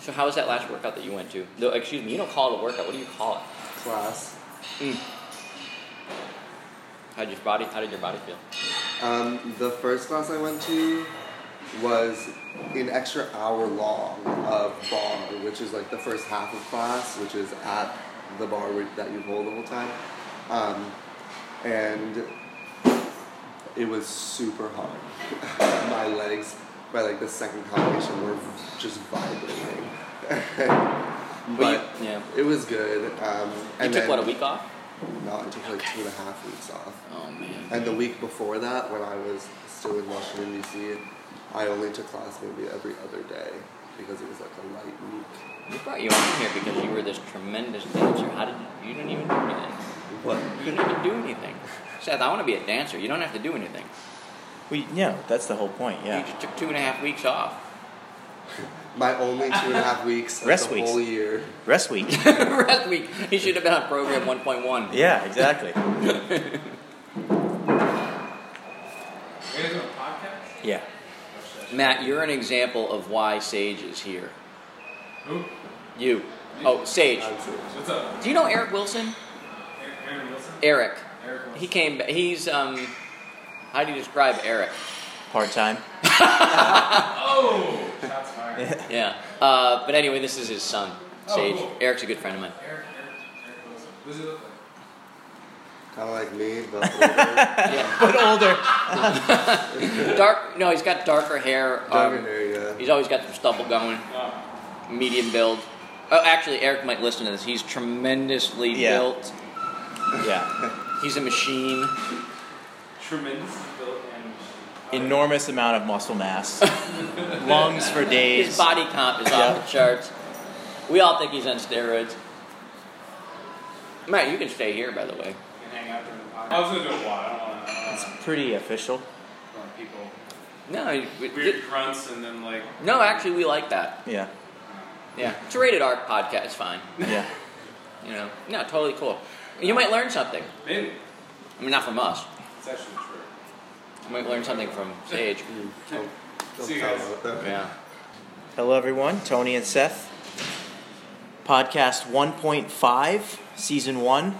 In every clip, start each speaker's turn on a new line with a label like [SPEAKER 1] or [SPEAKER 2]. [SPEAKER 1] So how was that last workout that you went to? No, excuse me, you don't call it a workout. What do you call it?
[SPEAKER 2] Class.
[SPEAKER 1] How did your body? How did your body feel?
[SPEAKER 2] Um, the first class I went to was an extra hour long of bar, which is like the first half of class, which is at the bar where, that you hold the whole time. Um, and it was super hard. my legs, by like the second combination, were just vibrating. but
[SPEAKER 1] But you- yeah.
[SPEAKER 2] it was good. Um,
[SPEAKER 1] You
[SPEAKER 2] and
[SPEAKER 1] took
[SPEAKER 2] then-
[SPEAKER 1] what a week off?
[SPEAKER 2] No, I took like two and a half weeks off.
[SPEAKER 1] Oh man.
[SPEAKER 2] And the week before that, when I was still in Washington D.C., I only took class maybe every other day because it was like a light week.
[SPEAKER 1] We brought you on here because you were this tremendous dancer. How did you? You didn't even do anything.
[SPEAKER 2] What?
[SPEAKER 1] You didn't even do anything. Seth, I want to be a dancer. You don't have to do anything.
[SPEAKER 3] We yeah, that's the whole point.
[SPEAKER 1] You
[SPEAKER 3] Yeah.
[SPEAKER 1] just took two and a half weeks off.
[SPEAKER 2] My only two and a half weeks of
[SPEAKER 3] Rest
[SPEAKER 2] the
[SPEAKER 3] weeks.
[SPEAKER 2] whole year.
[SPEAKER 3] Rest week.
[SPEAKER 1] Rest week. You should have been on program 1.1.
[SPEAKER 3] Yeah, exactly.
[SPEAKER 4] You guys doing a podcast?
[SPEAKER 3] Yeah.
[SPEAKER 1] Matt, you're an example of why Sage is here.
[SPEAKER 4] Who?
[SPEAKER 1] You. Oh, Sage.
[SPEAKER 4] What's up?
[SPEAKER 1] Do you know Eric Wilson?
[SPEAKER 4] Aaron- Aaron Wilson?
[SPEAKER 1] Eric.
[SPEAKER 4] Eric Wilson.
[SPEAKER 1] He came. ba- He's um. How do you describe Eric?
[SPEAKER 3] Part time.
[SPEAKER 4] Oh! Shots fired.
[SPEAKER 1] Yeah. Uh, but anyway, this is his son,
[SPEAKER 4] Oh,
[SPEAKER 1] Sage.
[SPEAKER 4] cool.
[SPEAKER 1] Eric's a good friend of mine.
[SPEAKER 4] Eric, Eric, Eric Wilson. What does he look like?
[SPEAKER 2] Kind of like me, but older.
[SPEAKER 1] Yeah.
[SPEAKER 3] But older.
[SPEAKER 1] Dark. No, he's got darker hair.
[SPEAKER 2] Darker
[SPEAKER 1] Um,
[SPEAKER 2] area.
[SPEAKER 1] he's always got some stubble going.
[SPEAKER 4] Oh,
[SPEAKER 1] Medium build. Oh, actually, Eric might listen to this. He's tremendously
[SPEAKER 3] Yeah.
[SPEAKER 1] built.
[SPEAKER 3] Yeah.
[SPEAKER 1] He's a machine.
[SPEAKER 4] tremendous built and. uh,
[SPEAKER 3] Enormous amount of muscle mass. Lungs for
[SPEAKER 1] His
[SPEAKER 3] days.
[SPEAKER 1] body comp is
[SPEAKER 3] Yeah.
[SPEAKER 1] off the charts. We all think he's on steroids. Matt, you can stay here, by the way.
[SPEAKER 4] Can hang out during the podcast. I was gonna do a lot. I don't wanna. I
[SPEAKER 3] It's
[SPEAKER 4] don't
[SPEAKER 3] pretty official.
[SPEAKER 4] wanna want people.
[SPEAKER 1] No, you-
[SPEAKER 4] Weird grunts and then like.
[SPEAKER 1] no, actually, we like that.
[SPEAKER 3] Yeah.
[SPEAKER 1] Yeah, it's a rated R podcast. It's fine.
[SPEAKER 3] Yeah.
[SPEAKER 1] You know, no, totally cool. You might learn something.
[SPEAKER 4] Maybe.
[SPEAKER 1] I mean, not from us.
[SPEAKER 4] It's actually true.
[SPEAKER 1] You might learn something from Sage.
[SPEAKER 2] Mm, don't- don't
[SPEAKER 4] See you
[SPEAKER 2] tell
[SPEAKER 4] guys.
[SPEAKER 2] about that.
[SPEAKER 1] Yeah.
[SPEAKER 3] Hello everyone, Tony and Seth. Podcast 1.5, season 1.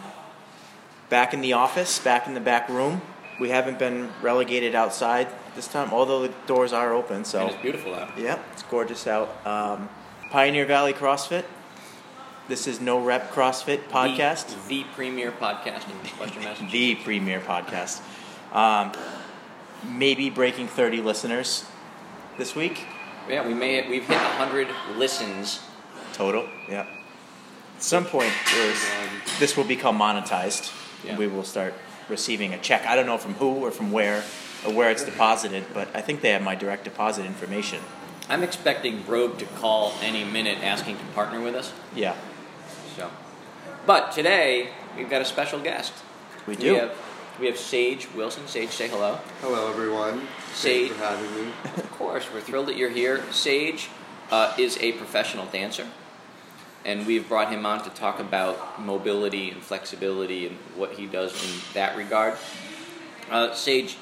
[SPEAKER 3] Back in the office, back in the back room. We haven't been relegated outside this time, although the doors are open, so
[SPEAKER 1] And it's beautiful out.
[SPEAKER 3] Yep, it's gorgeous out. Um, Pioneer Valley CrossFit. This is No Rep CrossFit podcast,
[SPEAKER 1] The, the premier podcast in Western
[SPEAKER 3] the,
[SPEAKER 1] Massachusetts.
[SPEAKER 3] premier podcast. Um, maybe breaking 30 listeners this week
[SPEAKER 1] Yeah, we may we've hit hundred listens.
[SPEAKER 3] total. Yeah. At some point, there's- this will become monetized.
[SPEAKER 1] Yeah.
[SPEAKER 3] We will start receiving a check. I don't know from who or from where or where it's deposited, but I think they have my direct deposit information.
[SPEAKER 1] I'm expecting Brogue to call any minute asking to partner with us.
[SPEAKER 3] Yeah,
[SPEAKER 1] So, but today we've got a special guest.
[SPEAKER 3] we do.
[SPEAKER 1] We have, we have Sage Wilson. Sage, say hello.
[SPEAKER 2] Hello, everyone.
[SPEAKER 1] See.
[SPEAKER 2] Thanks for having me.
[SPEAKER 1] Of course, we're thrilled that you're here. Sage uh, is a professional dancer, and we've brought him on to talk about mobility and flexibility and what he does in that regard. Uh, Sage,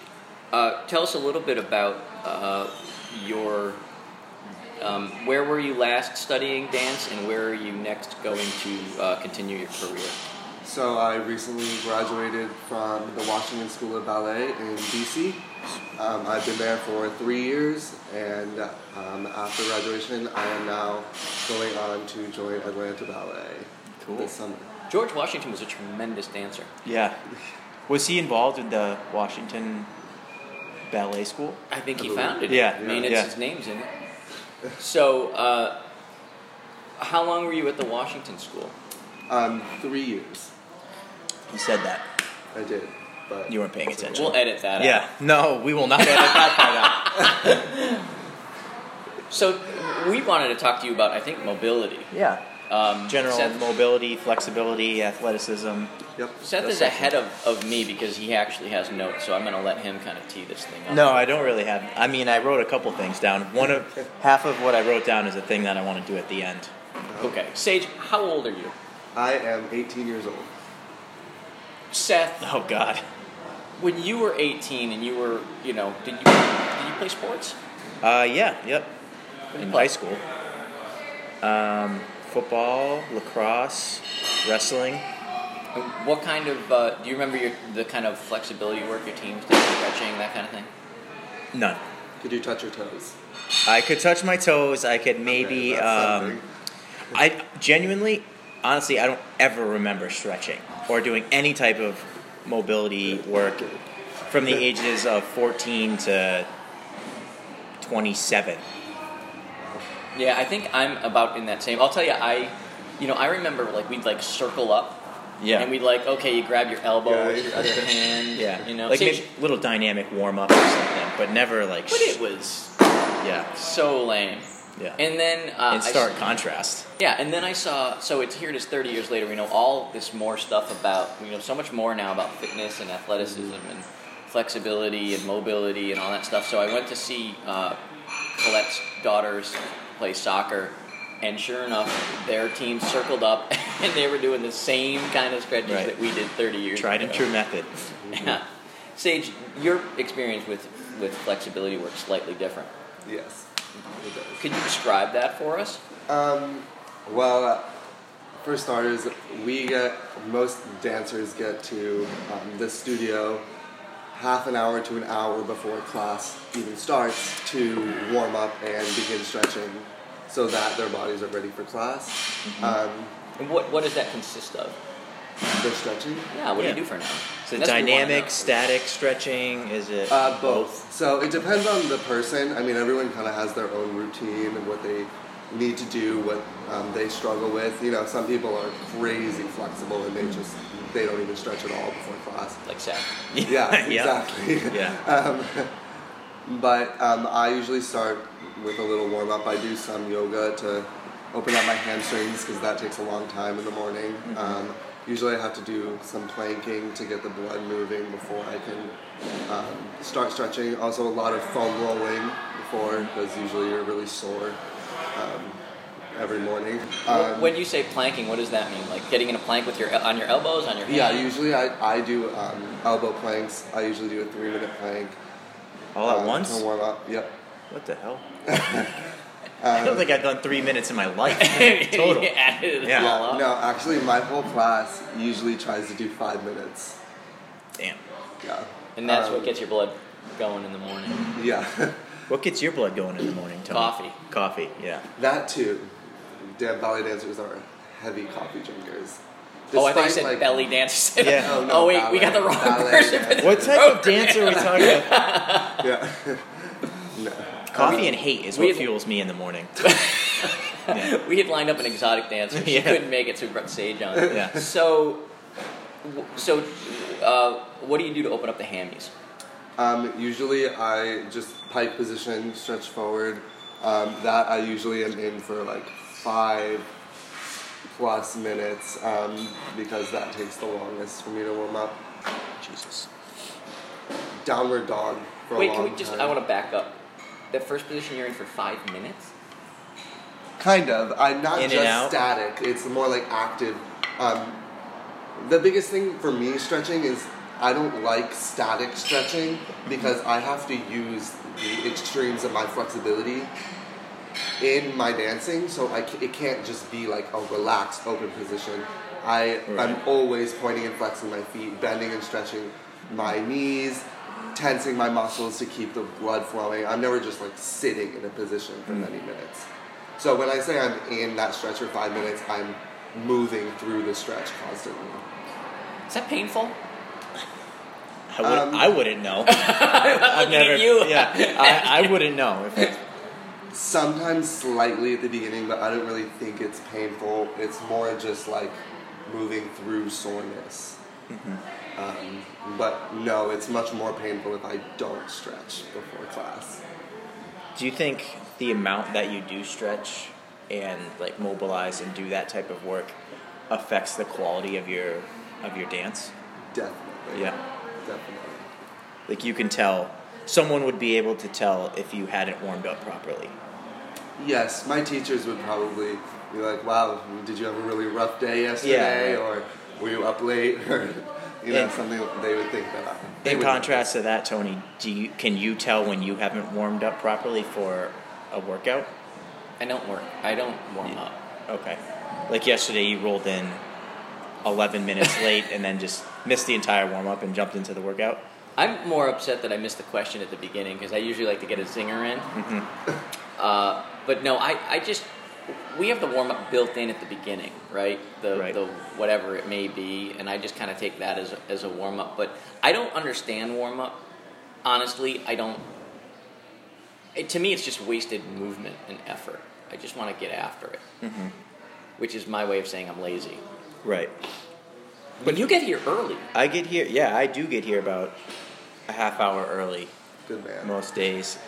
[SPEAKER 1] uh, tell us a little bit about uh, your. Um, where were you last studying dance, and where are you next going to uh, continue your career?
[SPEAKER 2] So I recently graduated from the Washington School of Ballet in DC. Um, I've been there for three years, and um, after graduation, I am now going on to join Atlanta Ballet
[SPEAKER 3] Cool.
[SPEAKER 2] this summer.
[SPEAKER 1] George Washington was a tremendous dancer.
[SPEAKER 3] Yeah. Was he involved in the Washington Ballet School?
[SPEAKER 1] I think he
[SPEAKER 2] I believe.
[SPEAKER 1] founded it.
[SPEAKER 3] Yeah,
[SPEAKER 1] I mean, it's
[SPEAKER 3] yeah.
[SPEAKER 1] his name's in it. So, uh, how long were you at the Washington School?
[SPEAKER 2] Um, three years,
[SPEAKER 3] You said that.
[SPEAKER 2] I did, but
[SPEAKER 3] You weren't paying attention.
[SPEAKER 1] We'll edit that
[SPEAKER 3] yeah. No, we will not edit that part out.
[SPEAKER 1] out. So, we wanted to talk to you about, I think, mobility.
[SPEAKER 3] Yeah.
[SPEAKER 1] Um,
[SPEAKER 3] General
[SPEAKER 1] Seth,
[SPEAKER 3] mobility, flexibility, athleticism.
[SPEAKER 2] Yep.
[SPEAKER 1] Seth is ahead of, of me because he actually has notes, so I'm going to let him kind of tee this thing up.
[SPEAKER 3] No, I don't really have. I mean, I wrote a couple things down. One of half of what I wrote down is a thing that I want to do at the end.
[SPEAKER 1] Okay. Sage, how old are you?
[SPEAKER 2] I am 18 years old.
[SPEAKER 1] Seth,
[SPEAKER 3] Oh God.
[SPEAKER 1] when you were 18 and you were, you know, did you, did you play sports?
[SPEAKER 3] Uh, yeah. Yep. In
[SPEAKER 1] play?
[SPEAKER 3] high school. Um, football, lacrosse, wrestling.
[SPEAKER 1] And What kind of uh, do you remember your the kind of flexibility work your teams did, stretching that kind of thing?
[SPEAKER 3] None.
[SPEAKER 2] Could you touch your toes?
[SPEAKER 3] I could touch my toes. I could maybe.
[SPEAKER 2] Okay, that's
[SPEAKER 3] um,
[SPEAKER 2] something.
[SPEAKER 3] I genuinely, honestly, I don't ever remember stretching or doing any type of mobility work from the ages of 14 to 27.
[SPEAKER 1] Yeah, I think I'm about in that same. I'll tell you, I, you know, I remember like we'd like circle up,
[SPEAKER 3] Yeah.
[SPEAKER 1] and we'd like okay, you grab your elbow
[SPEAKER 2] Yeah,
[SPEAKER 1] with your other
[SPEAKER 2] yeah.
[SPEAKER 1] hand,
[SPEAKER 3] yeah.
[SPEAKER 1] you know,
[SPEAKER 3] like
[SPEAKER 1] See,
[SPEAKER 3] maybe little dynamic warm up or something, but never like.
[SPEAKER 1] but it was
[SPEAKER 3] yeah.
[SPEAKER 1] so lame.
[SPEAKER 3] Yeah.
[SPEAKER 1] And then uh,
[SPEAKER 3] in
[SPEAKER 1] I s-
[SPEAKER 3] stark contrast.
[SPEAKER 1] yeah, and then I saw. So it's here. It is thirty years later. We know all this more stuff about. We know so much more now about fitness and athleticism
[SPEAKER 3] Mm-hmm.
[SPEAKER 1] and flexibility and mobility and all that stuff. So I went to see uh, Colette's daughters play soccer, and sure enough, their team circled up, and they were doing the same kind of stretches
[SPEAKER 3] Right.
[SPEAKER 1] that we did thirty years.
[SPEAKER 3] Tried and
[SPEAKER 1] ago.
[SPEAKER 3] true method.
[SPEAKER 1] Yeah. Sage, your experience with with flexibility works slightly different.
[SPEAKER 2] Yes. It does.
[SPEAKER 1] Could you describe that for us?
[SPEAKER 2] Um, well, uh, for starters, we get most dancers get to um, the studio half an hour to an hour before class even starts to warm up and begin stretching so that their bodies are ready for class. Um,
[SPEAKER 1] And what what does that consist of?
[SPEAKER 2] they're stretching.
[SPEAKER 1] Yeah, what
[SPEAKER 3] Yeah.
[SPEAKER 1] do you do for an hour?
[SPEAKER 3] Is it
[SPEAKER 1] That's what we wanna
[SPEAKER 3] dynamic,
[SPEAKER 1] know.
[SPEAKER 3] static, stretching? Is it
[SPEAKER 2] Uh, both. So it depends on the person. I mean, everyone kind of has their own routine and what they need to do, what um, they struggle with. You know, some people are crazy flexible and they just they don't even stretch at all before class.
[SPEAKER 1] Like Sag.
[SPEAKER 2] Yeah,
[SPEAKER 3] yeah.
[SPEAKER 2] exactly.
[SPEAKER 3] Yeah.
[SPEAKER 2] But um, I usually start with a little warm up. I do some yoga to open up my hamstrings because that takes a long time in the morning.
[SPEAKER 3] Mm-hmm.
[SPEAKER 2] Um, usually, I have to do some planking to get the blood moving before I can um, start stretching. Also, a lot of foam rolling before
[SPEAKER 3] Mm-hmm.
[SPEAKER 2] because usually you're really sore um, every morning.
[SPEAKER 1] Wh-
[SPEAKER 2] Um,
[SPEAKER 1] when you say planking, what does that mean? Like getting in a plank with your on your elbows, on your
[SPEAKER 2] yeah,
[SPEAKER 1] hand?
[SPEAKER 2] usually I, I do um, elbow planks. I usually do a three minute plank.
[SPEAKER 3] All at
[SPEAKER 2] um,
[SPEAKER 3] once?
[SPEAKER 2] To warm up. Yep.
[SPEAKER 3] What the hell? I don't think I've done three minutes in my life. Total.
[SPEAKER 1] You added it
[SPEAKER 3] Yeah.
[SPEAKER 1] all up.
[SPEAKER 2] Uh, No, actually, my whole class usually tries to do five minutes.
[SPEAKER 3] Damn.
[SPEAKER 2] Yeah.
[SPEAKER 1] And that's
[SPEAKER 2] Um,
[SPEAKER 1] what gets your blood going in the morning.
[SPEAKER 2] Yeah,
[SPEAKER 3] What gets your blood going in the morning, Tony?
[SPEAKER 1] Coffee.
[SPEAKER 3] Coffee, yeah.
[SPEAKER 2] that too. Damn, ballet dancers are heavy coffee drinkers.
[SPEAKER 1] oh, I thought you
[SPEAKER 2] Despite,
[SPEAKER 1] said
[SPEAKER 2] like-
[SPEAKER 1] belly dance.
[SPEAKER 3] Yeah.
[SPEAKER 2] Oh, no,
[SPEAKER 1] oh wait, we
[SPEAKER 2] ballet-
[SPEAKER 1] got the wrong
[SPEAKER 2] ballet
[SPEAKER 1] person.
[SPEAKER 2] dance.
[SPEAKER 3] What type of dance are we talking about?
[SPEAKER 2] Yeah. no.
[SPEAKER 3] Coffee and hate is
[SPEAKER 1] we
[SPEAKER 3] what
[SPEAKER 1] have-
[SPEAKER 3] fuels me in the morning.
[SPEAKER 1] we had lined up an exotic dancer. She
[SPEAKER 3] Yeah.
[SPEAKER 1] couldn't make it, so we brought Sage on.
[SPEAKER 3] Yeah.
[SPEAKER 1] So, w- so, uh, what do you do to open up the hammies?
[SPEAKER 2] Um, usually, I just pike position, stretch forward. Um, that I usually am in for like five plus minutes um, because that takes the longest for me to warm up.
[SPEAKER 3] Jesus.
[SPEAKER 2] Downward dog for a
[SPEAKER 1] Wait,
[SPEAKER 2] long
[SPEAKER 1] can we just?
[SPEAKER 2] time.
[SPEAKER 1] I want to back up. That first position you're in for five minutes.
[SPEAKER 2] Kind of. I'm not
[SPEAKER 3] In and out?
[SPEAKER 2] just static. It's more like active. Um, the biggest thing for me stretching is I don't like static stretching because I have to use the extremes of my flexibility in my dancing, so I c- it can't just be like a relaxed open position. I
[SPEAKER 3] Right.
[SPEAKER 2] I'm always pointing and flexing my feet, bending and stretching my knees, tensing my muscles to keep the blood flowing. I'm never just like sitting in a position for
[SPEAKER 3] Hmm.
[SPEAKER 2] many minutes. So when I say I'm in that stretch for five minutes, I'm moving through the stretch constantly.
[SPEAKER 1] Is that painful?
[SPEAKER 3] I, would,
[SPEAKER 2] Um,
[SPEAKER 3] I wouldn't know. I've
[SPEAKER 1] Looking at you.
[SPEAKER 3] Yeah, I, I wouldn't know. If it's,
[SPEAKER 2] Sometimes slightly at the beginning, but I don't really think it's painful. It's more just like moving through soreness. Um, but no, it's much more painful if I don't stretch before class.
[SPEAKER 3] do you think the amount that you do stretch and like mobilize and do that type of work affects the quality of your of your dance?
[SPEAKER 2] Definitely.
[SPEAKER 3] Yeah.
[SPEAKER 2] Definitely.
[SPEAKER 3] Like you can tell, someone would be able to tell if you hadn't warmed up properly.
[SPEAKER 2] Yes, my teachers would probably be like, "Wow, did you have a really rough day yesterday,
[SPEAKER 3] Yeah.
[SPEAKER 2] or were you up late, or you know
[SPEAKER 3] In-
[SPEAKER 2] something?" They would think that. I, they
[SPEAKER 3] In
[SPEAKER 2] would
[SPEAKER 3] contrast to that, Tony, do you can you tell when you haven't warmed up properly for a workout?
[SPEAKER 1] I don't work. I don't warm up.
[SPEAKER 3] Okay. Like yesterday, you rolled in 11 minutes late and then just missed the entire warm up and jumped into the workout.
[SPEAKER 1] I'm more upset that I missed the question at the beginning because I usually like to get a zinger in. uh, but no, I, I just we have the warm up built in at the beginning, right? The
[SPEAKER 3] Right.
[SPEAKER 1] the whatever it may be, and I just kind of take that as a, as a warm up. But I don't understand warm up. Honestly, I don't. It, to me, it's just wasted movement and effort. I just want to get after it, which is my way of saying I'm lazy.
[SPEAKER 3] Right.
[SPEAKER 1] But you get here early.
[SPEAKER 3] I get here, yeah, I do get here about a half hour early
[SPEAKER 2] Good man.
[SPEAKER 3] most days.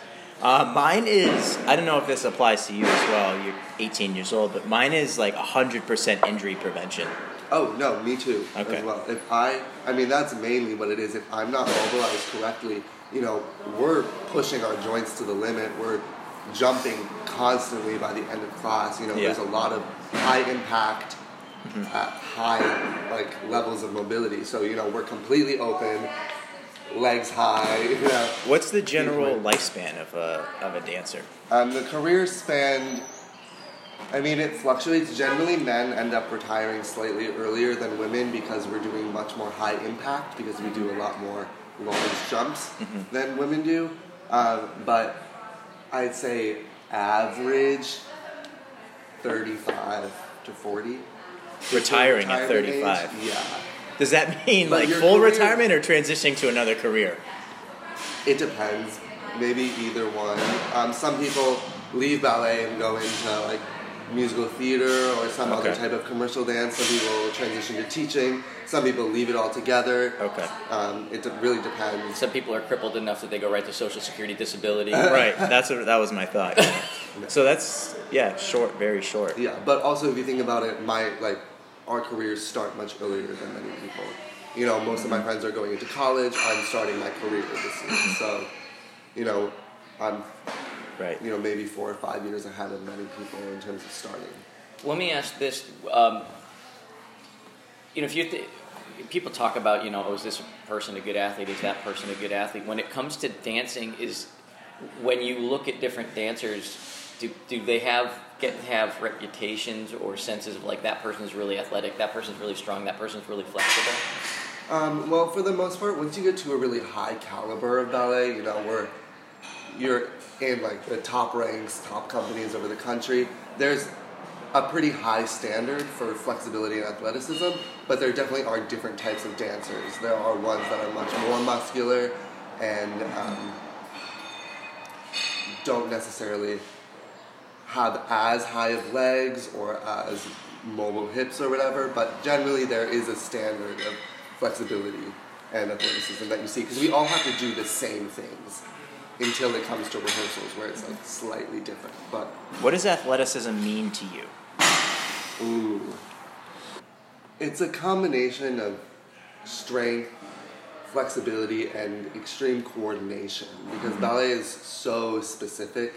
[SPEAKER 3] Uh, mine is, I don't know if this applies to you as well, you're 18 years old, but mine is like 100% injury prevention.
[SPEAKER 2] Oh no, me too.
[SPEAKER 3] Okay.
[SPEAKER 2] As well, if I, I mean, that's mainly what it is. If I'm not mobilized correctly, you know, we're pushing our joints to the limit. We're jumping constantly by the end of class. You know,
[SPEAKER 3] Yeah. Mm-hmm.
[SPEAKER 2] there's a lot of high impact at high like levels of mobility. So you know, we're completely open, legs high. You know,
[SPEAKER 3] What's the general
[SPEAKER 2] Movement.
[SPEAKER 3] lifespan of a, of a dancer?
[SPEAKER 2] um, the career span. I mean, it fluctuates. Generally, men end up retiring slightly earlier than women because we're doing much more high impact because we do a lot more large jumps than women do. Um, but I'd say average 35 to 40.
[SPEAKER 3] Retiring at
[SPEAKER 2] Retirement age,
[SPEAKER 3] 35.
[SPEAKER 2] Yeah.
[SPEAKER 3] Does that mean
[SPEAKER 2] But
[SPEAKER 3] like
[SPEAKER 2] your
[SPEAKER 3] full
[SPEAKER 2] career-
[SPEAKER 3] retirement or transitioning to another career?
[SPEAKER 2] It depends. Maybe either one. Um, some people leave ballet and go into like musical theater or some other
[SPEAKER 3] Okay.
[SPEAKER 2] type of commercial dance. Some people transition to teaching. Some people leave it all together.
[SPEAKER 3] Okay.
[SPEAKER 2] Um, it de- really depends.
[SPEAKER 1] Some people are crippled enough that they go right to social security disability.
[SPEAKER 3] Right. That's what, that was my thought. So that's yeah, short, very short.
[SPEAKER 2] Yeah, but also if you think about it, my like our careers start much earlier than many people. You know, most of my friends are going into college. I'm starting my career this year, so you know, I'm
[SPEAKER 3] Right.
[SPEAKER 2] you know maybe four or five years ahead of many people in terms of starting.
[SPEAKER 1] Let me ask this: um, you know, if you th- people talk about, you know, oh, is this person a good athlete? Is that person a good athlete? When it comes to dancing, is when you look at different dancers, do, do they have get have reputations or senses of like that person is really athletic, that person's really strong, that person's really flexible?
[SPEAKER 2] Um, well, for the most part, once you get to a really high caliber of ballet, you know, where you're in like the top ranks, top companies over the country, there's a pretty high standard for flexibility and athleticism, but there definitely are different types of dancers. There are ones that are much more muscular and um, don't necessarily have as high of legs or as mobile hips or whatever, but generally there is a standard of flexibility and athleticism that you see because we all have to do the same things until it comes to rehearsals where it's like slightly different. But
[SPEAKER 3] What does athleticism mean to you?
[SPEAKER 2] Ooh. It's a combination of strength, flexibility, and extreme coordination because
[SPEAKER 3] Mm-hmm.
[SPEAKER 2] ballet is so specific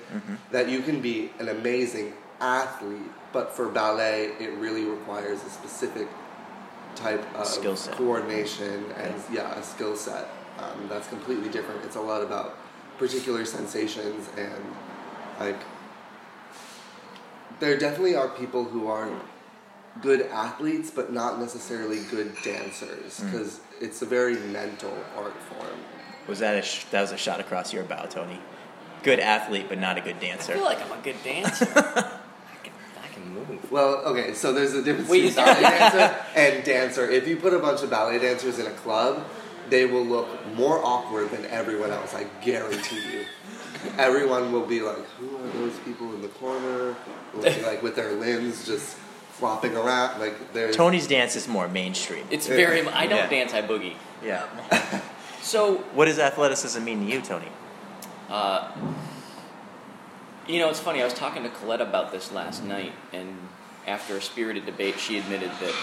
[SPEAKER 2] that you can be an amazing athlete, but for ballet, it really requires a specific type of
[SPEAKER 3] Skill set.
[SPEAKER 2] coordination and yeah, a skill set um, that's completely different. It's a lot about particular sensations and like there definitely are people who are good athletes but not necessarily good dancers
[SPEAKER 1] Hmm.
[SPEAKER 2] because it's a very mental art form
[SPEAKER 3] Was that a sh- that was a shot across your bow, Tony? Good athlete, but not a good
[SPEAKER 1] I
[SPEAKER 3] dancer.
[SPEAKER 1] feel like I'm a good dancer. I can I can move.
[SPEAKER 2] well okay so there's a difference
[SPEAKER 1] Wait,
[SPEAKER 2] between
[SPEAKER 1] is there-
[SPEAKER 2] ballet dancer and dancer if you put a bunch of ballet dancers in a club they will look more awkward than everyone else i guarantee you everyone will be like who are those people in the corner like, like with their limbs just flopping around like they're
[SPEAKER 3] Tony's dance is more mainstream.
[SPEAKER 1] It's very. I don't
[SPEAKER 3] Yeah.
[SPEAKER 1] dance. I boogie.
[SPEAKER 3] Yeah.
[SPEAKER 1] So
[SPEAKER 3] What does athleticism mean to you, Tony?
[SPEAKER 1] Uh, you know, it's funny. I was talking to Colette about this last night, and after a spirited debate, she admitted that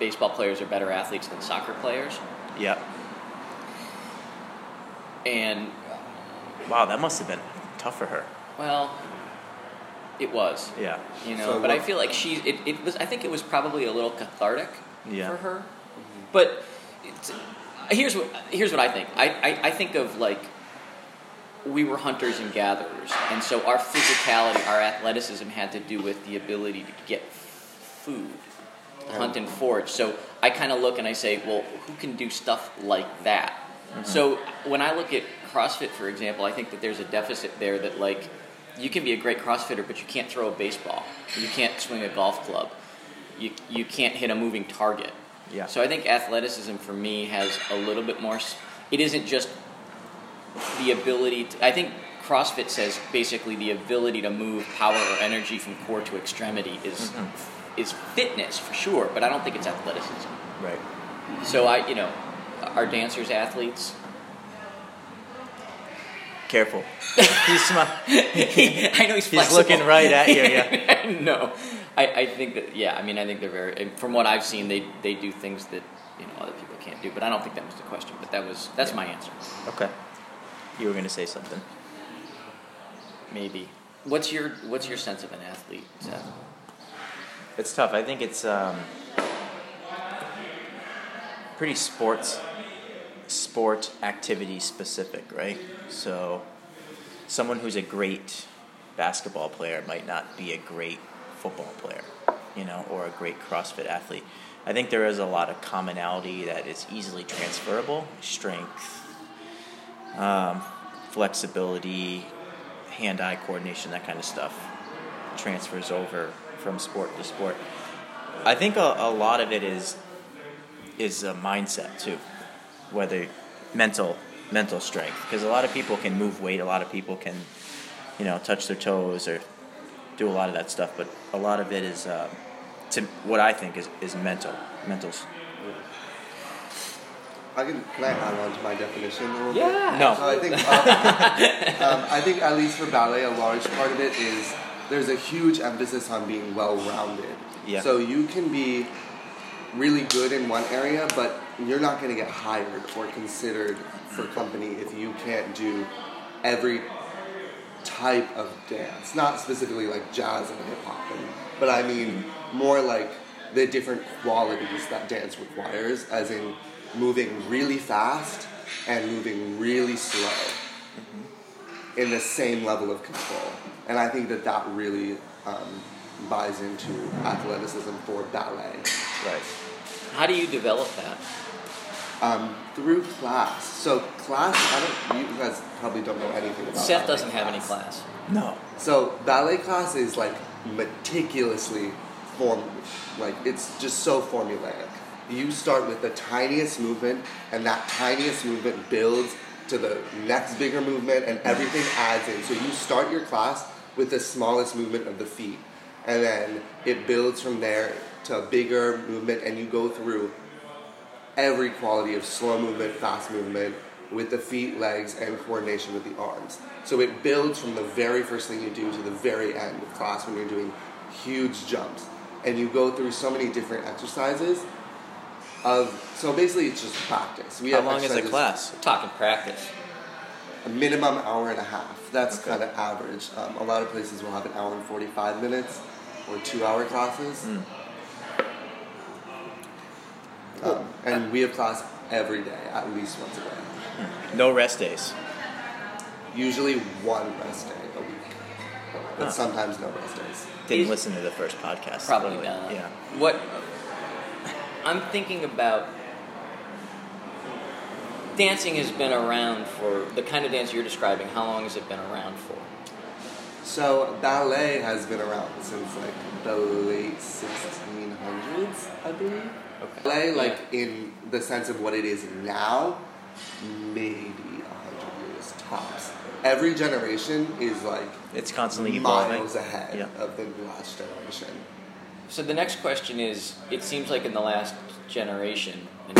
[SPEAKER 1] baseball players are better athletes than soccer players.
[SPEAKER 3] Yep.
[SPEAKER 1] And
[SPEAKER 3] Wow, that must have been tough for her.
[SPEAKER 1] well, it was,
[SPEAKER 3] Yeah.
[SPEAKER 1] you know.
[SPEAKER 2] So
[SPEAKER 1] but I
[SPEAKER 2] what-
[SPEAKER 1] feel like she. It, it was. I think it was probably a little cathartic
[SPEAKER 3] Yeah.
[SPEAKER 1] for her. But it's, here's what here's what I think. I, I, I think of like we were hunters and gatherers, and so our physicality, our athleticism, had to do with the ability to get food, to hunt and forage. So I kind of look and I say, well, who can do stuff like that? So when I look at CrossFit, for example, I think that there's a deficit there that like you can be a great CrossFitter, but you can't throw a baseball, you can't swing a golf club, you you can't hit a moving target.
[SPEAKER 3] Yeah.
[SPEAKER 1] So I think athleticism for me has a little bit more. s- It isn't just the ability to, I think CrossFit says basically the ability to move power or energy from core to extremity is is fitness for sure, but I don't think it's athleticism.
[SPEAKER 3] Right.
[SPEAKER 1] So I, you know, are dancers athletes?
[SPEAKER 3] Careful. He's smi-
[SPEAKER 1] I know he's
[SPEAKER 3] He's
[SPEAKER 1] flexible.
[SPEAKER 3] looking right at you,
[SPEAKER 1] Yeah. no, I, I think that yeah. I mean, I think they're very. and From what I've seen, they they do things that you know other people can't do. But I don't think that was the question. But that was that's my answer.
[SPEAKER 3] okay. You were going to say something.
[SPEAKER 1] Maybe. What's your what's your sense of an athlete? Seth?
[SPEAKER 3] It's tough. I think it's um, pretty sports sport activity specific, right? So someone who's a great basketball player might not be a great football player, you know, or a great CrossFit athlete. I think there is a lot of commonality that is easily transferable: strength, um, flexibility, hand-eye coordination, that kind of stuff transfers over from sport to sport. I think a, a lot of it is is a mindset too, whether mental mental strength because a lot of people can move weight, a lot of people can you know touch their toes or do a lot of that stuff, but a lot of it is uh, to what I think is is mental mental. s-
[SPEAKER 2] I can can I add on to my definition a little bit?
[SPEAKER 1] Yeah.
[SPEAKER 3] No.
[SPEAKER 2] So I think um, um, I think at least for ballet, a large part of it is there's a huge emphasis on being well-rounded.
[SPEAKER 3] Yeah.
[SPEAKER 2] So you can be really good in one area, but you're not going to get hired or considered for company if you can't do every type of dance, not specifically like jazz and hip hop, and- but I mean more like the different qualities that dance requires, as in moving really fast and moving really slow in the same level of control. And I think that that really um, buys into athleticism for ballet
[SPEAKER 3] Right.
[SPEAKER 1] How do you develop that?
[SPEAKER 2] um, through class. So class, I don't. You guys probably don't know anything about.
[SPEAKER 1] Seth
[SPEAKER 2] ballet
[SPEAKER 1] doesn't have any class.
[SPEAKER 3] No.
[SPEAKER 2] So ballet class is like meticulously form, like it's just so formulaic. You start with the tiniest movement, and that tiniest movement builds to the next bigger movement, and everything adds in. So you start your class with the smallest movement of the feet, and then it builds from there to a bigger movement, and you go through every quality of slow movement, fast movement with the feet, legs, and coordination with the arms. So it builds from the very first thing you do to the very end of class when you're doing huge jumps. And you go through so many different exercises of so basically it's just practice. We
[SPEAKER 3] How
[SPEAKER 2] have
[SPEAKER 3] long is a
[SPEAKER 2] exercises-
[SPEAKER 3] class?
[SPEAKER 1] We're talking practice.
[SPEAKER 2] a minimum hour and a half. That's kind of average. Um, a lot of places will have an hour and 45 minutes or two hour classes. Um, and we have class every day, at least once a day.
[SPEAKER 3] No rest days.
[SPEAKER 2] Usually one rest day a week, but sometimes no rest days.
[SPEAKER 3] Didn't
[SPEAKER 1] Is-
[SPEAKER 3] listen to the first podcast.
[SPEAKER 1] Probably
[SPEAKER 3] literally.
[SPEAKER 1] not.
[SPEAKER 3] Yeah.
[SPEAKER 1] What I'm thinking about dancing has been around for the kind of dance you're describing. How long has it been around for?
[SPEAKER 2] So ballet has been around since like the late 1600s, I believe.
[SPEAKER 1] Okay.
[SPEAKER 2] Ballet, like in the sense of what it is now, maybe a hundred years tops. Every generation is like
[SPEAKER 3] It's constantly evolving.
[SPEAKER 2] miles ahead
[SPEAKER 3] Yeah.
[SPEAKER 2] of the last generation.
[SPEAKER 1] So the next question is: It seems like in the last generation, and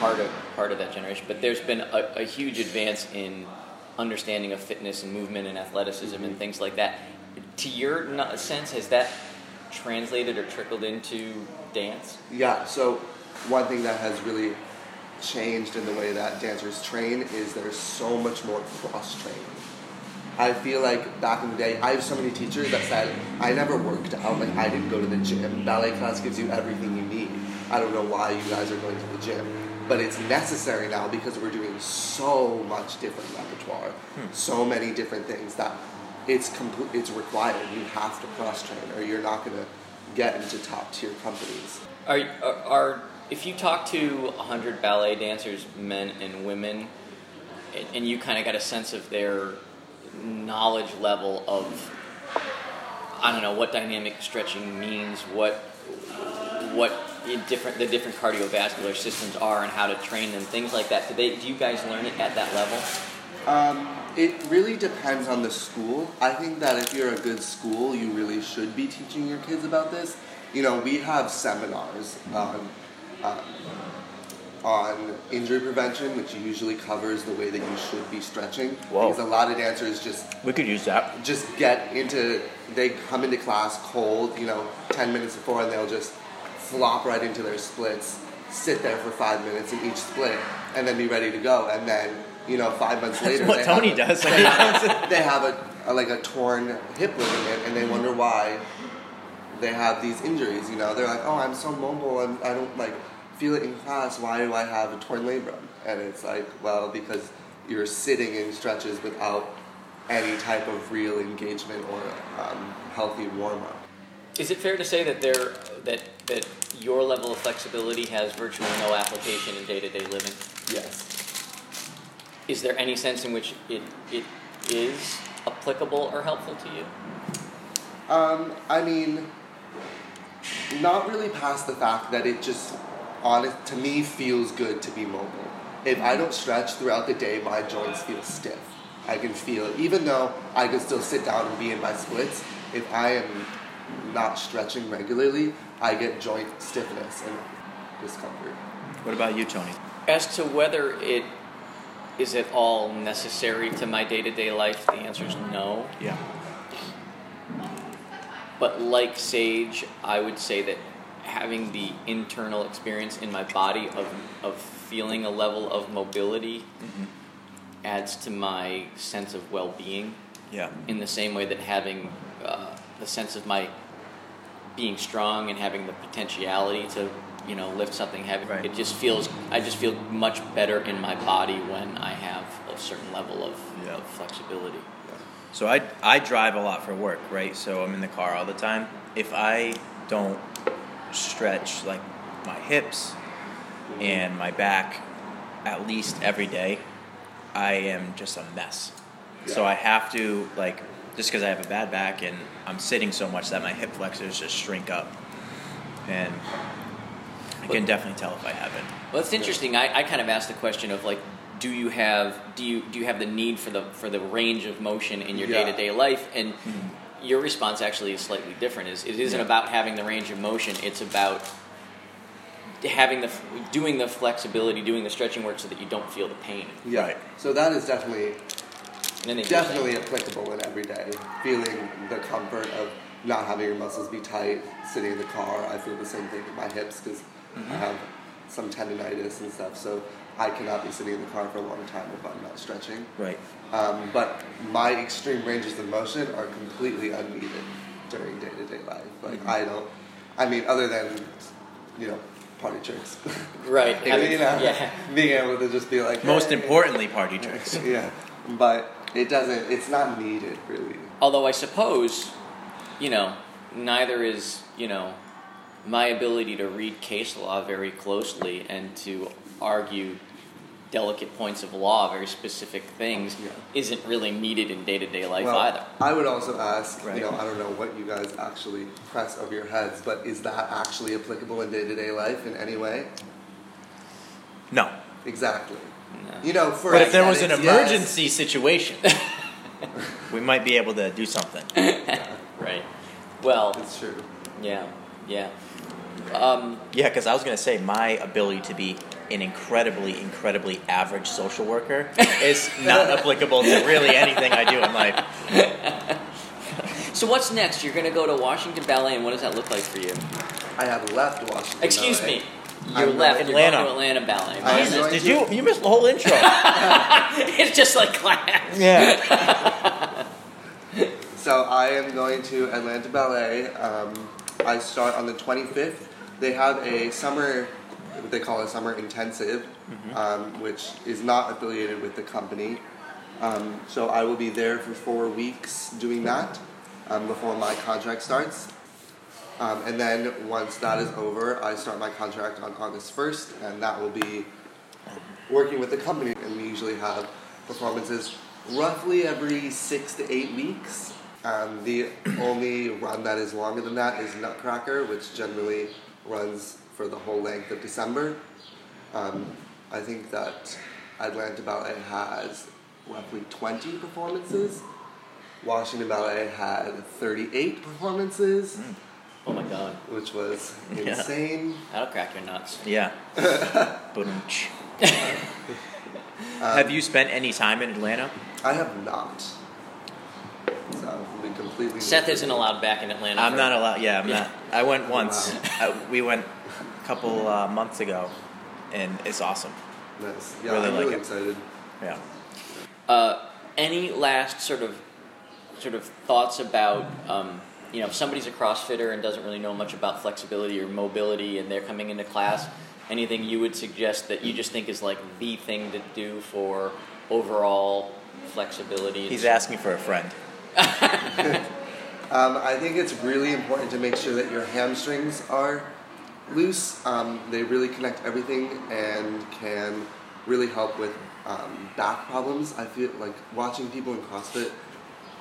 [SPEAKER 1] part of part of that generation, but there's been a, a huge advance in understanding of fitness and movement and athleticism and things like that. To your no- sense, has that translated or trickled into dance?
[SPEAKER 2] Yeah, so one thing that has really changed in the way that dancers train is there's so much more cross training. I feel like back in the day, I have so many teachers that said, I never worked out, like I didn't go to the gym. Ballet class gives you everything you need. I don't know why you guys are going to the gym. but it's necessary now because we're doing so much different repertoire, so many different things that it's complete. It's required. You have to cross train, or you're not gonna get into top tier companies.
[SPEAKER 1] Are, are, are if you talk to 100 ballet dancers, men and women, and, and you kind of got a sense of their knowledge level of, I don't know, what dynamic stretching means, what what i- different the different cardiovascular systems are, and how to train them, things like that. Do they? Do you guys learn it at that level?
[SPEAKER 2] It really depends on the school. I think that if you're a good school, you really should be teaching your kids about this. You know, we have seminars on uh, on injury prevention, which usually covers the way that you should be stretching.
[SPEAKER 3] Whoa.
[SPEAKER 2] Because a lot of dancers just
[SPEAKER 3] We could use that.
[SPEAKER 2] just get into they come into class cold, you know, ten minutes before, and they'll just flop right into their splits, sit there for five minutes in each split, and then be ready to go. And then you know, five months later,
[SPEAKER 3] what
[SPEAKER 2] they have
[SPEAKER 3] Tony
[SPEAKER 2] a-
[SPEAKER 3] does. Like,
[SPEAKER 2] they have, they have a, a like a torn hip ligament, and they wonder why they have these injuries. You know, they're like, oh, I'm so mobile, and I don't like feel it in class. Why do I have a torn labrum? And it's like, well, because you're sitting in stretches without any type of real engagement or um, healthy warm up.
[SPEAKER 1] Is it fair to say that there that that your level of flexibility has virtually no application in day to day living?
[SPEAKER 2] Yes.
[SPEAKER 1] Is there any sense in which it, it is applicable or helpful to you?
[SPEAKER 2] Um, I mean, not really past the fact that it just, honest, to me, feels good to be mobile. If I don't stretch throughout the day, my joints feel stiff. I can feel, even though I can still sit down and be in my splits, if I am not stretching regularly, I get joint stiffness and discomfort.
[SPEAKER 3] what about you, Tony?
[SPEAKER 1] As to whether it is at all necessary to my day to day life, the answer is no.
[SPEAKER 3] Yeah.
[SPEAKER 1] But like Sage, I would say that having the internal experience in my body of, of feeling a level of mobility adds to my sense of well being.
[SPEAKER 3] Yeah.
[SPEAKER 1] in the same way that having uh, the sense of my being strong and having the potentiality to you know lift something heavy
[SPEAKER 3] Right.
[SPEAKER 1] it just feels i just feel much better in my body when i have a certain level of,
[SPEAKER 3] Yeah.
[SPEAKER 1] of flexibility
[SPEAKER 3] So I I drive a lot for work, right? So I'm in the car all the time. If I don't stretch like my hips and my back at least every day, I am just a mess. So
[SPEAKER 2] Yeah.
[SPEAKER 3] I have to like just because I have a bad back and I'm sitting so much that my hip flexors just shrink up, and I can definitely tell if I haven't.
[SPEAKER 1] well it's interesting I, I kind of asked the question of like do you have do you do you have the need for the for the range of motion in your
[SPEAKER 2] Yeah. Mm-hmm.
[SPEAKER 1] day-to-day life and your response actually is slightly different is it isn't
[SPEAKER 3] Yeah.
[SPEAKER 1] about having the range of motion it's about having the doing the flexibility doing the stretching work so that you don't feel the pain
[SPEAKER 2] Yeah.
[SPEAKER 3] Right.
[SPEAKER 2] So that is definitely
[SPEAKER 1] and then they do that.
[SPEAKER 2] definitely applicable in every day. Feeling the comfort of not having your muscles be tight, sitting in the car. I feel the same thing with my hips because I have some tendonitis and stuff. So I cannot be sitting in the car for a long time if I'm not stretching.
[SPEAKER 3] Right.
[SPEAKER 2] Um, but my extreme ranges of motion are completely unneeded during day to day life. Like I don't. I mean, other than you know party tricks.
[SPEAKER 1] right
[SPEAKER 2] you
[SPEAKER 1] having-
[SPEAKER 2] know,
[SPEAKER 1] yeah
[SPEAKER 2] being able to just be like
[SPEAKER 3] Most
[SPEAKER 2] "Hey."
[SPEAKER 3] importantly, party tricks.
[SPEAKER 2] Yeah, but it doesn't. It's not needed really.
[SPEAKER 1] although i suppose you know neither is you know my ability to read case law very closely and to argue delicate points of law very specific things
[SPEAKER 2] Yeah.
[SPEAKER 1] isn't really needed in day-to-day life
[SPEAKER 2] Well,
[SPEAKER 1] either
[SPEAKER 2] I would also ask,
[SPEAKER 3] Right.
[SPEAKER 2] you know, I don't know what you guys actually press over your heads, but is that actually applicable in day to day life in any way?
[SPEAKER 3] No.
[SPEAKER 2] Exactly.
[SPEAKER 1] No.
[SPEAKER 2] You know, for
[SPEAKER 3] But if there was an
[SPEAKER 2] aesthetics, yes.
[SPEAKER 3] emergency situation, we might be able to do something.
[SPEAKER 1] Right. Well,
[SPEAKER 2] it's true.
[SPEAKER 1] yeah, yeah. Um,
[SPEAKER 3] Yeah, because I was going to say my ability to be an incredibly, incredibly average social worker is not applicable to really anything I do in life.
[SPEAKER 1] so what's next? You're going to go to Washington Ballet, and what does that look like for you?
[SPEAKER 2] I have left Washington.
[SPEAKER 1] Excuse
[SPEAKER 2] LA.
[SPEAKER 1] me. You
[SPEAKER 2] I'm
[SPEAKER 1] left.
[SPEAKER 3] Atlanta.
[SPEAKER 1] You're going to Atlanta Ballet.
[SPEAKER 2] I am
[SPEAKER 1] Right?
[SPEAKER 2] going
[SPEAKER 3] Did
[SPEAKER 2] to-
[SPEAKER 3] you? You missed the whole intro.
[SPEAKER 1] it's just like class.
[SPEAKER 3] yeah.
[SPEAKER 2] So I am going to Atlanta Ballet. Um, I start on the 25th. They have a summer what they call a summer intensive, um, which is not affiliated with the company. Um, so I will be there for four weeks doing that um, before my contract starts. Um, and then once that is over, I start my contract on August 1st, and that will be working with the company. And we usually have performances roughly every six to eight weeks. Um, the only run that is longer than that is Nutcracker, which generally runs for the whole length of December. Um, I think that Atlanta Ballet has roughly 20 performances. Washington Ballet had 38 performances
[SPEAKER 1] Oh my god.
[SPEAKER 2] which was
[SPEAKER 3] Yeah.
[SPEAKER 2] insane.
[SPEAKER 1] That'll crack your nuts.
[SPEAKER 3] Yeah. Ba-dum-tsh. Have you spent any time in Atlanta?
[SPEAKER 2] I have not. So we completely.
[SPEAKER 1] Seth isn't allowed back in Atlanta.
[SPEAKER 3] I'm
[SPEAKER 1] for-
[SPEAKER 3] not allowed. Yeah, I'm
[SPEAKER 1] Yeah.
[SPEAKER 3] not. I went once.
[SPEAKER 2] Wow.
[SPEAKER 3] I, we went a couple uh, months ago, and it's awesome.
[SPEAKER 2] Nice. Yeah,
[SPEAKER 3] Really
[SPEAKER 2] I'm
[SPEAKER 3] like
[SPEAKER 2] really
[SPEAKER 3] it.
[SPEAKER 2] excited.
[SPEAKER 3] Yeah.
[SPEAKER 1] Uh, any last sort of sort of thoughts about um, you know if somebody's a CrossFitter and doesn't really know much about flexibility or mobility and they're coming into class, anything you would suggest that you just think is like the thing to do for overall flexibility?
[SPEAKER 3] He's asking for a friend.
[SPEAKER 2] Um, I think it's really important to make sure that your hamstrings are loose. Um, they really connect everything and can really help with um, back problems. I feel like watching people in CrossFit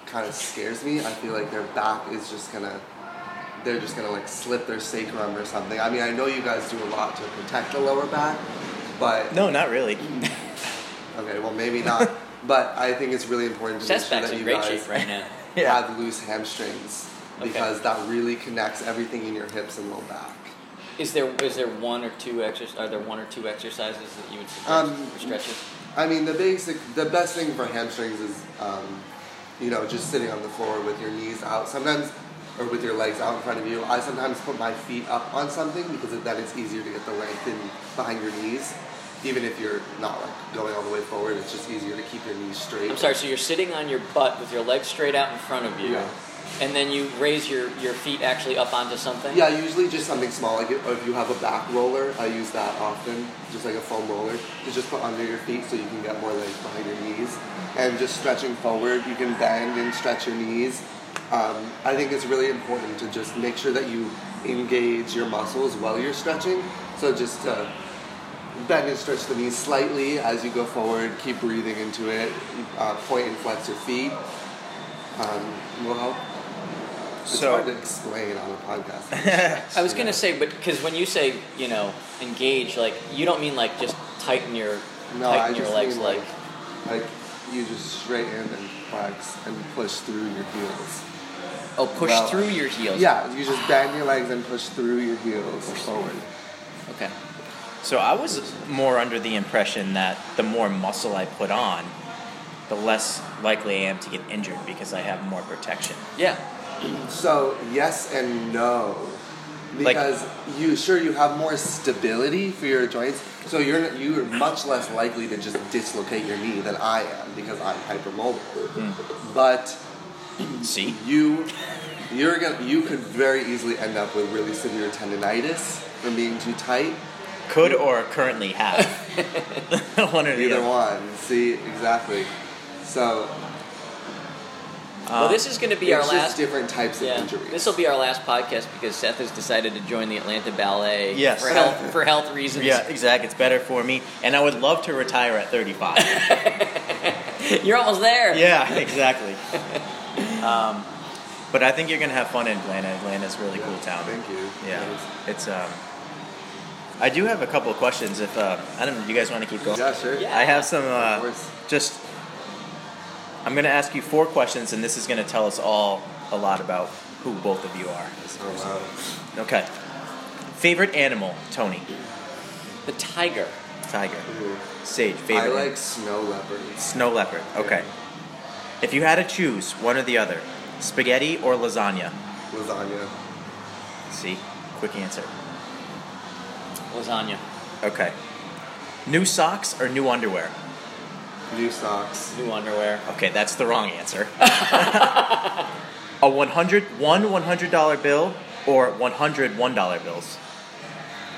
[SPEAKER 2] kind of scares me. I feel like their back is just gonna, they're just gonna like slip their sacrum or something. I mean, I know you guys do a lot to protect the lower back, but
[SPEAKER 3] No, not really.
[SPEAKER 2] okay, well maybe not. but I think it's really important to
[SPEAKER 1] Seth's
[SPEAKER 2] make sure
[SPEAKER 1] back's
[SPEAKER 2] that
[SPEAKER 1] in
[SPEAKER 2] you
[SPEAKER 1] great
[SPEAKER 2] guys
[SPEAKER 1] shape right now.
[SPEAKER 3] Yeah.
[SPEAKER 2] have loose hamstrings
[SPEAKER 1] Okay.
[SPEAKER 2] because that really connects everything in your hips and low back.
[SPEAKER 1] Is there is there one or two exer- Are there one or two exercises that you would suggest
[SPEAKER 2] Um,
[SPEAKER 1] for stretches?
[SPEAKER 2] I mean, the basic, the best thing for hamstrings is, um, you know, just sitting on the floor with your knees out sometimes, or with your legs out in front of you. I sometimes put my feet up on something because then it's easier to get the length in behind your knees. Even if you're not like going all the way forward, it's just easier to keep your knees straight.
[SPEAKER 1] I'm sorry. So you're sitting on your butt with your legs straight out in front of you,
[SPEAKER 2] Yeah.
[SPEAKER 1] and then you raise your, your feet actually up onto something.
[SPEAKER 2] Yeah, usually just something small. Like if, or if you have a back roller, I use that often, just like a foam roller, to just put under your feet so you can get more length behind your knees. And just stretching forward, you can bend and stretch your knees. Um, I think it's really important to just make sure that you engage your muscles while you're stretching. So just to bend and stretch the knees slightly as you go forward. Keep breathing into it. Uh, point and flex your feet. Um, will help. It's
[SPEAKER 3] So-
[SPEAKER 2] hard to explain on a podcast.
[SPEAKER 1] I was gonna say, but because when you say you know engage, like you don't mean like just tighten your
[SPEAKER 2] No, I
[SPEAKER 1] tighten
[SPEAKER 2] just
[SPEAKER 1] your legs,
[SPEAKER 2] mean
[SPEAKER 1] like,
[SPEAKER 2] like, like you just straighten and flex and push through your heels.
[SPEAKER 1] oh push
[SPEAKER 2] well,
[SPEAKER 1] through your heels.
[SPEAKER 2] Yeah, you just bend your legs and push through your heels forward.
[SPEAKER 1] Okay.
[SPEAKER 3] So I was more under the impression that the more muscle I put on, the less likely I am to get injured because I have more protection.
[SPEAKER 1] Yeah.
[SPEAKER 2] So yes and no,
[SPEAKER 3] Like-
[SPEAKER 2] because you sure you have more stability for your joints, so you're you are much less likely to just dislocate your knee than I am because I'm hypermobile. But
[SPEAKER 3] See?
[SPEAKER 2] you you're gonna you could very easily end up with really severe tendonitis from being too tight.
[SPEAKER 3] Could or currently have. one or the
[SPEAKER 2] Either
[SPEAKER 3] other.
[SPEAKER 2] one. See, exactly. So
[SPEAKER 1] well, this is gonna be
[SPEAKER 2] Um, it's
[SPEAKER 1] our
[SPEAKER 2] just
[SPEAKER 1] last.
[SPEAKER 2] different types of
[SPEAKER 1] Yeah,
[SPEAKER 2] injuries.
[SPEAKER 1] this will be our last podcast because Seth has decided to join the Atlanta Ballet
[SPEAKER 3] Yes.
[SPEAKER 1] for health for health reasons.
[SPEAKER 3] Yeah, exactly. It's better for me. And I would love to retire at 35.
[SPEAKER 1] You're almost there.
[SPEAKER 3] yeah, exactly. Um, but I think you're going to have fun in Atlanta. Atlanta's a really
[SPEAKER 2] Yeah,
[SPEAKER 3] cool town.
[SPEAKER 2] Thank you.
[SPEAKER 3] Yeah. It's, um, I do have a couple of questions if, uh, I don't know, you guys want to keep going?
[SPEAKER 2] Yeah, sure.
[SPEAKER 1] Yeah.
[SPEAKER 3] I have some,
[SPEAKER 2] Of
[SPEAKER 3] uh,
[SPEAKER 2] course.
[SPEAKER 3] just, I'm going to ask you four questions and this is going to tell us all a lot about who both of you are.
[SPEAKER 2] Oh,
[SPEAKER 3] Okay. Favorite animal, Tony?
[SPEAKER 1] The tiger.
[SPEAKER 3] Tiger.
[SPEAKER 2] wow. Ooh.
[SPEAKER 3] Sage, favorite
[SPEAKER 2] I
[SPEAKER 3] animal?
[SPEAKER 2] like snow leopards.
[SPEAKER 3] Snow leopard. Okay. If you had to choose one or the other, spaghetti or lasagna?
[SPEAKER 2] Lasagna.
[SPEAKER 3] See, quick answer.
[SPEAKER 1] Lasagna.
[SPEAKER 3] Okay. New socks or new underwear?
[SPEAKER 2] New socks.
[SPEAKER 1] New underwear.
[SPEAKER 3] Okay, that's the wrong answer. A 100 one $100 bill or 100 $1 bills?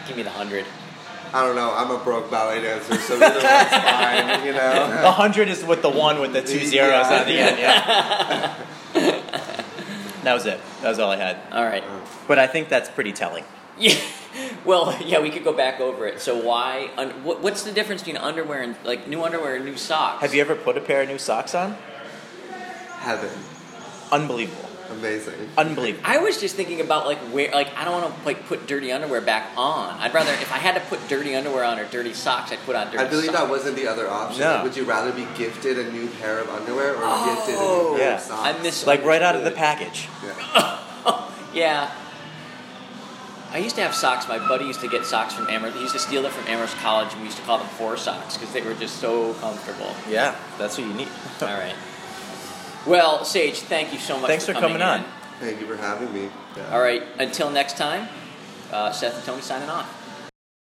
[SPEAKER 1] Give me the hundred.
[SPEAKER 2] I don't know. I'm a broke ballet dancer, so either one's fine. You know.
[SPEAKER 3] The hundred is with the one with the two zeros
[SPEAKER 2] Yeah.
[SPEAKER 3] on the end. Yeah. that was it. That was all I had.
[SPEAKER 1] All right.
[SPEAKER 3] But I think that's pretty telling.
[SPEAKER 1] Yeah. Well, yeah, we could go back over it. So why? Un, what, what's the difference between underwear and like new underwear and new socks?
[SPEAKER 3] Have you ever put a pair of new socks on?
[SPEAKER 2] Heaven,
[SPEAKER 3] Unbelievable.
[SPEAKER 2] amazing.
[SPEAKER 3] Unbelievable.
[SPEAKER 1] I was just thinking about like where like I don't want to like put dirty underwear back on. I'd rather if I had to put dirty underwear on or dirty socks, I'd put on dirty.
[SPEAKER 2] I believe
[SPEAKER 1] socks.
[SPEAKER 2] that wasn't the other option.
[SPEAKER 3] No.
[SPEAKER 2] Would you rather be gifted a new pair of underwear or gifted a
[SPEAKER 1] Oh.
[SPEAKER 2] new pair
[SPEAKER 3] Yeah.
[SPEAKER 2] of socks?
[SPEAKER 1] I miss
[SPEAKER 3] Like right out of the package.
[SPEAKER 2] Yeah.
[SPEAKER 1] Yeah. I used to have socks. My buddy used to get socks from Amherst. He used to steal them from Amherst College, and we used to call them four socks because they were just so comfortable.
[SPEAKER 3] Yeah, that's what you need.
[SPEAKER 1] All right. Well, Sage, thank you so much.
[SPEAKER 3] Thanks for coming on.
[SPEAKER 1] in.
[SPEAKER 2] Thank you for having me. Yeah.
[SPEAKER 1] All right. Until next time, uh, Seth and Tony signing off.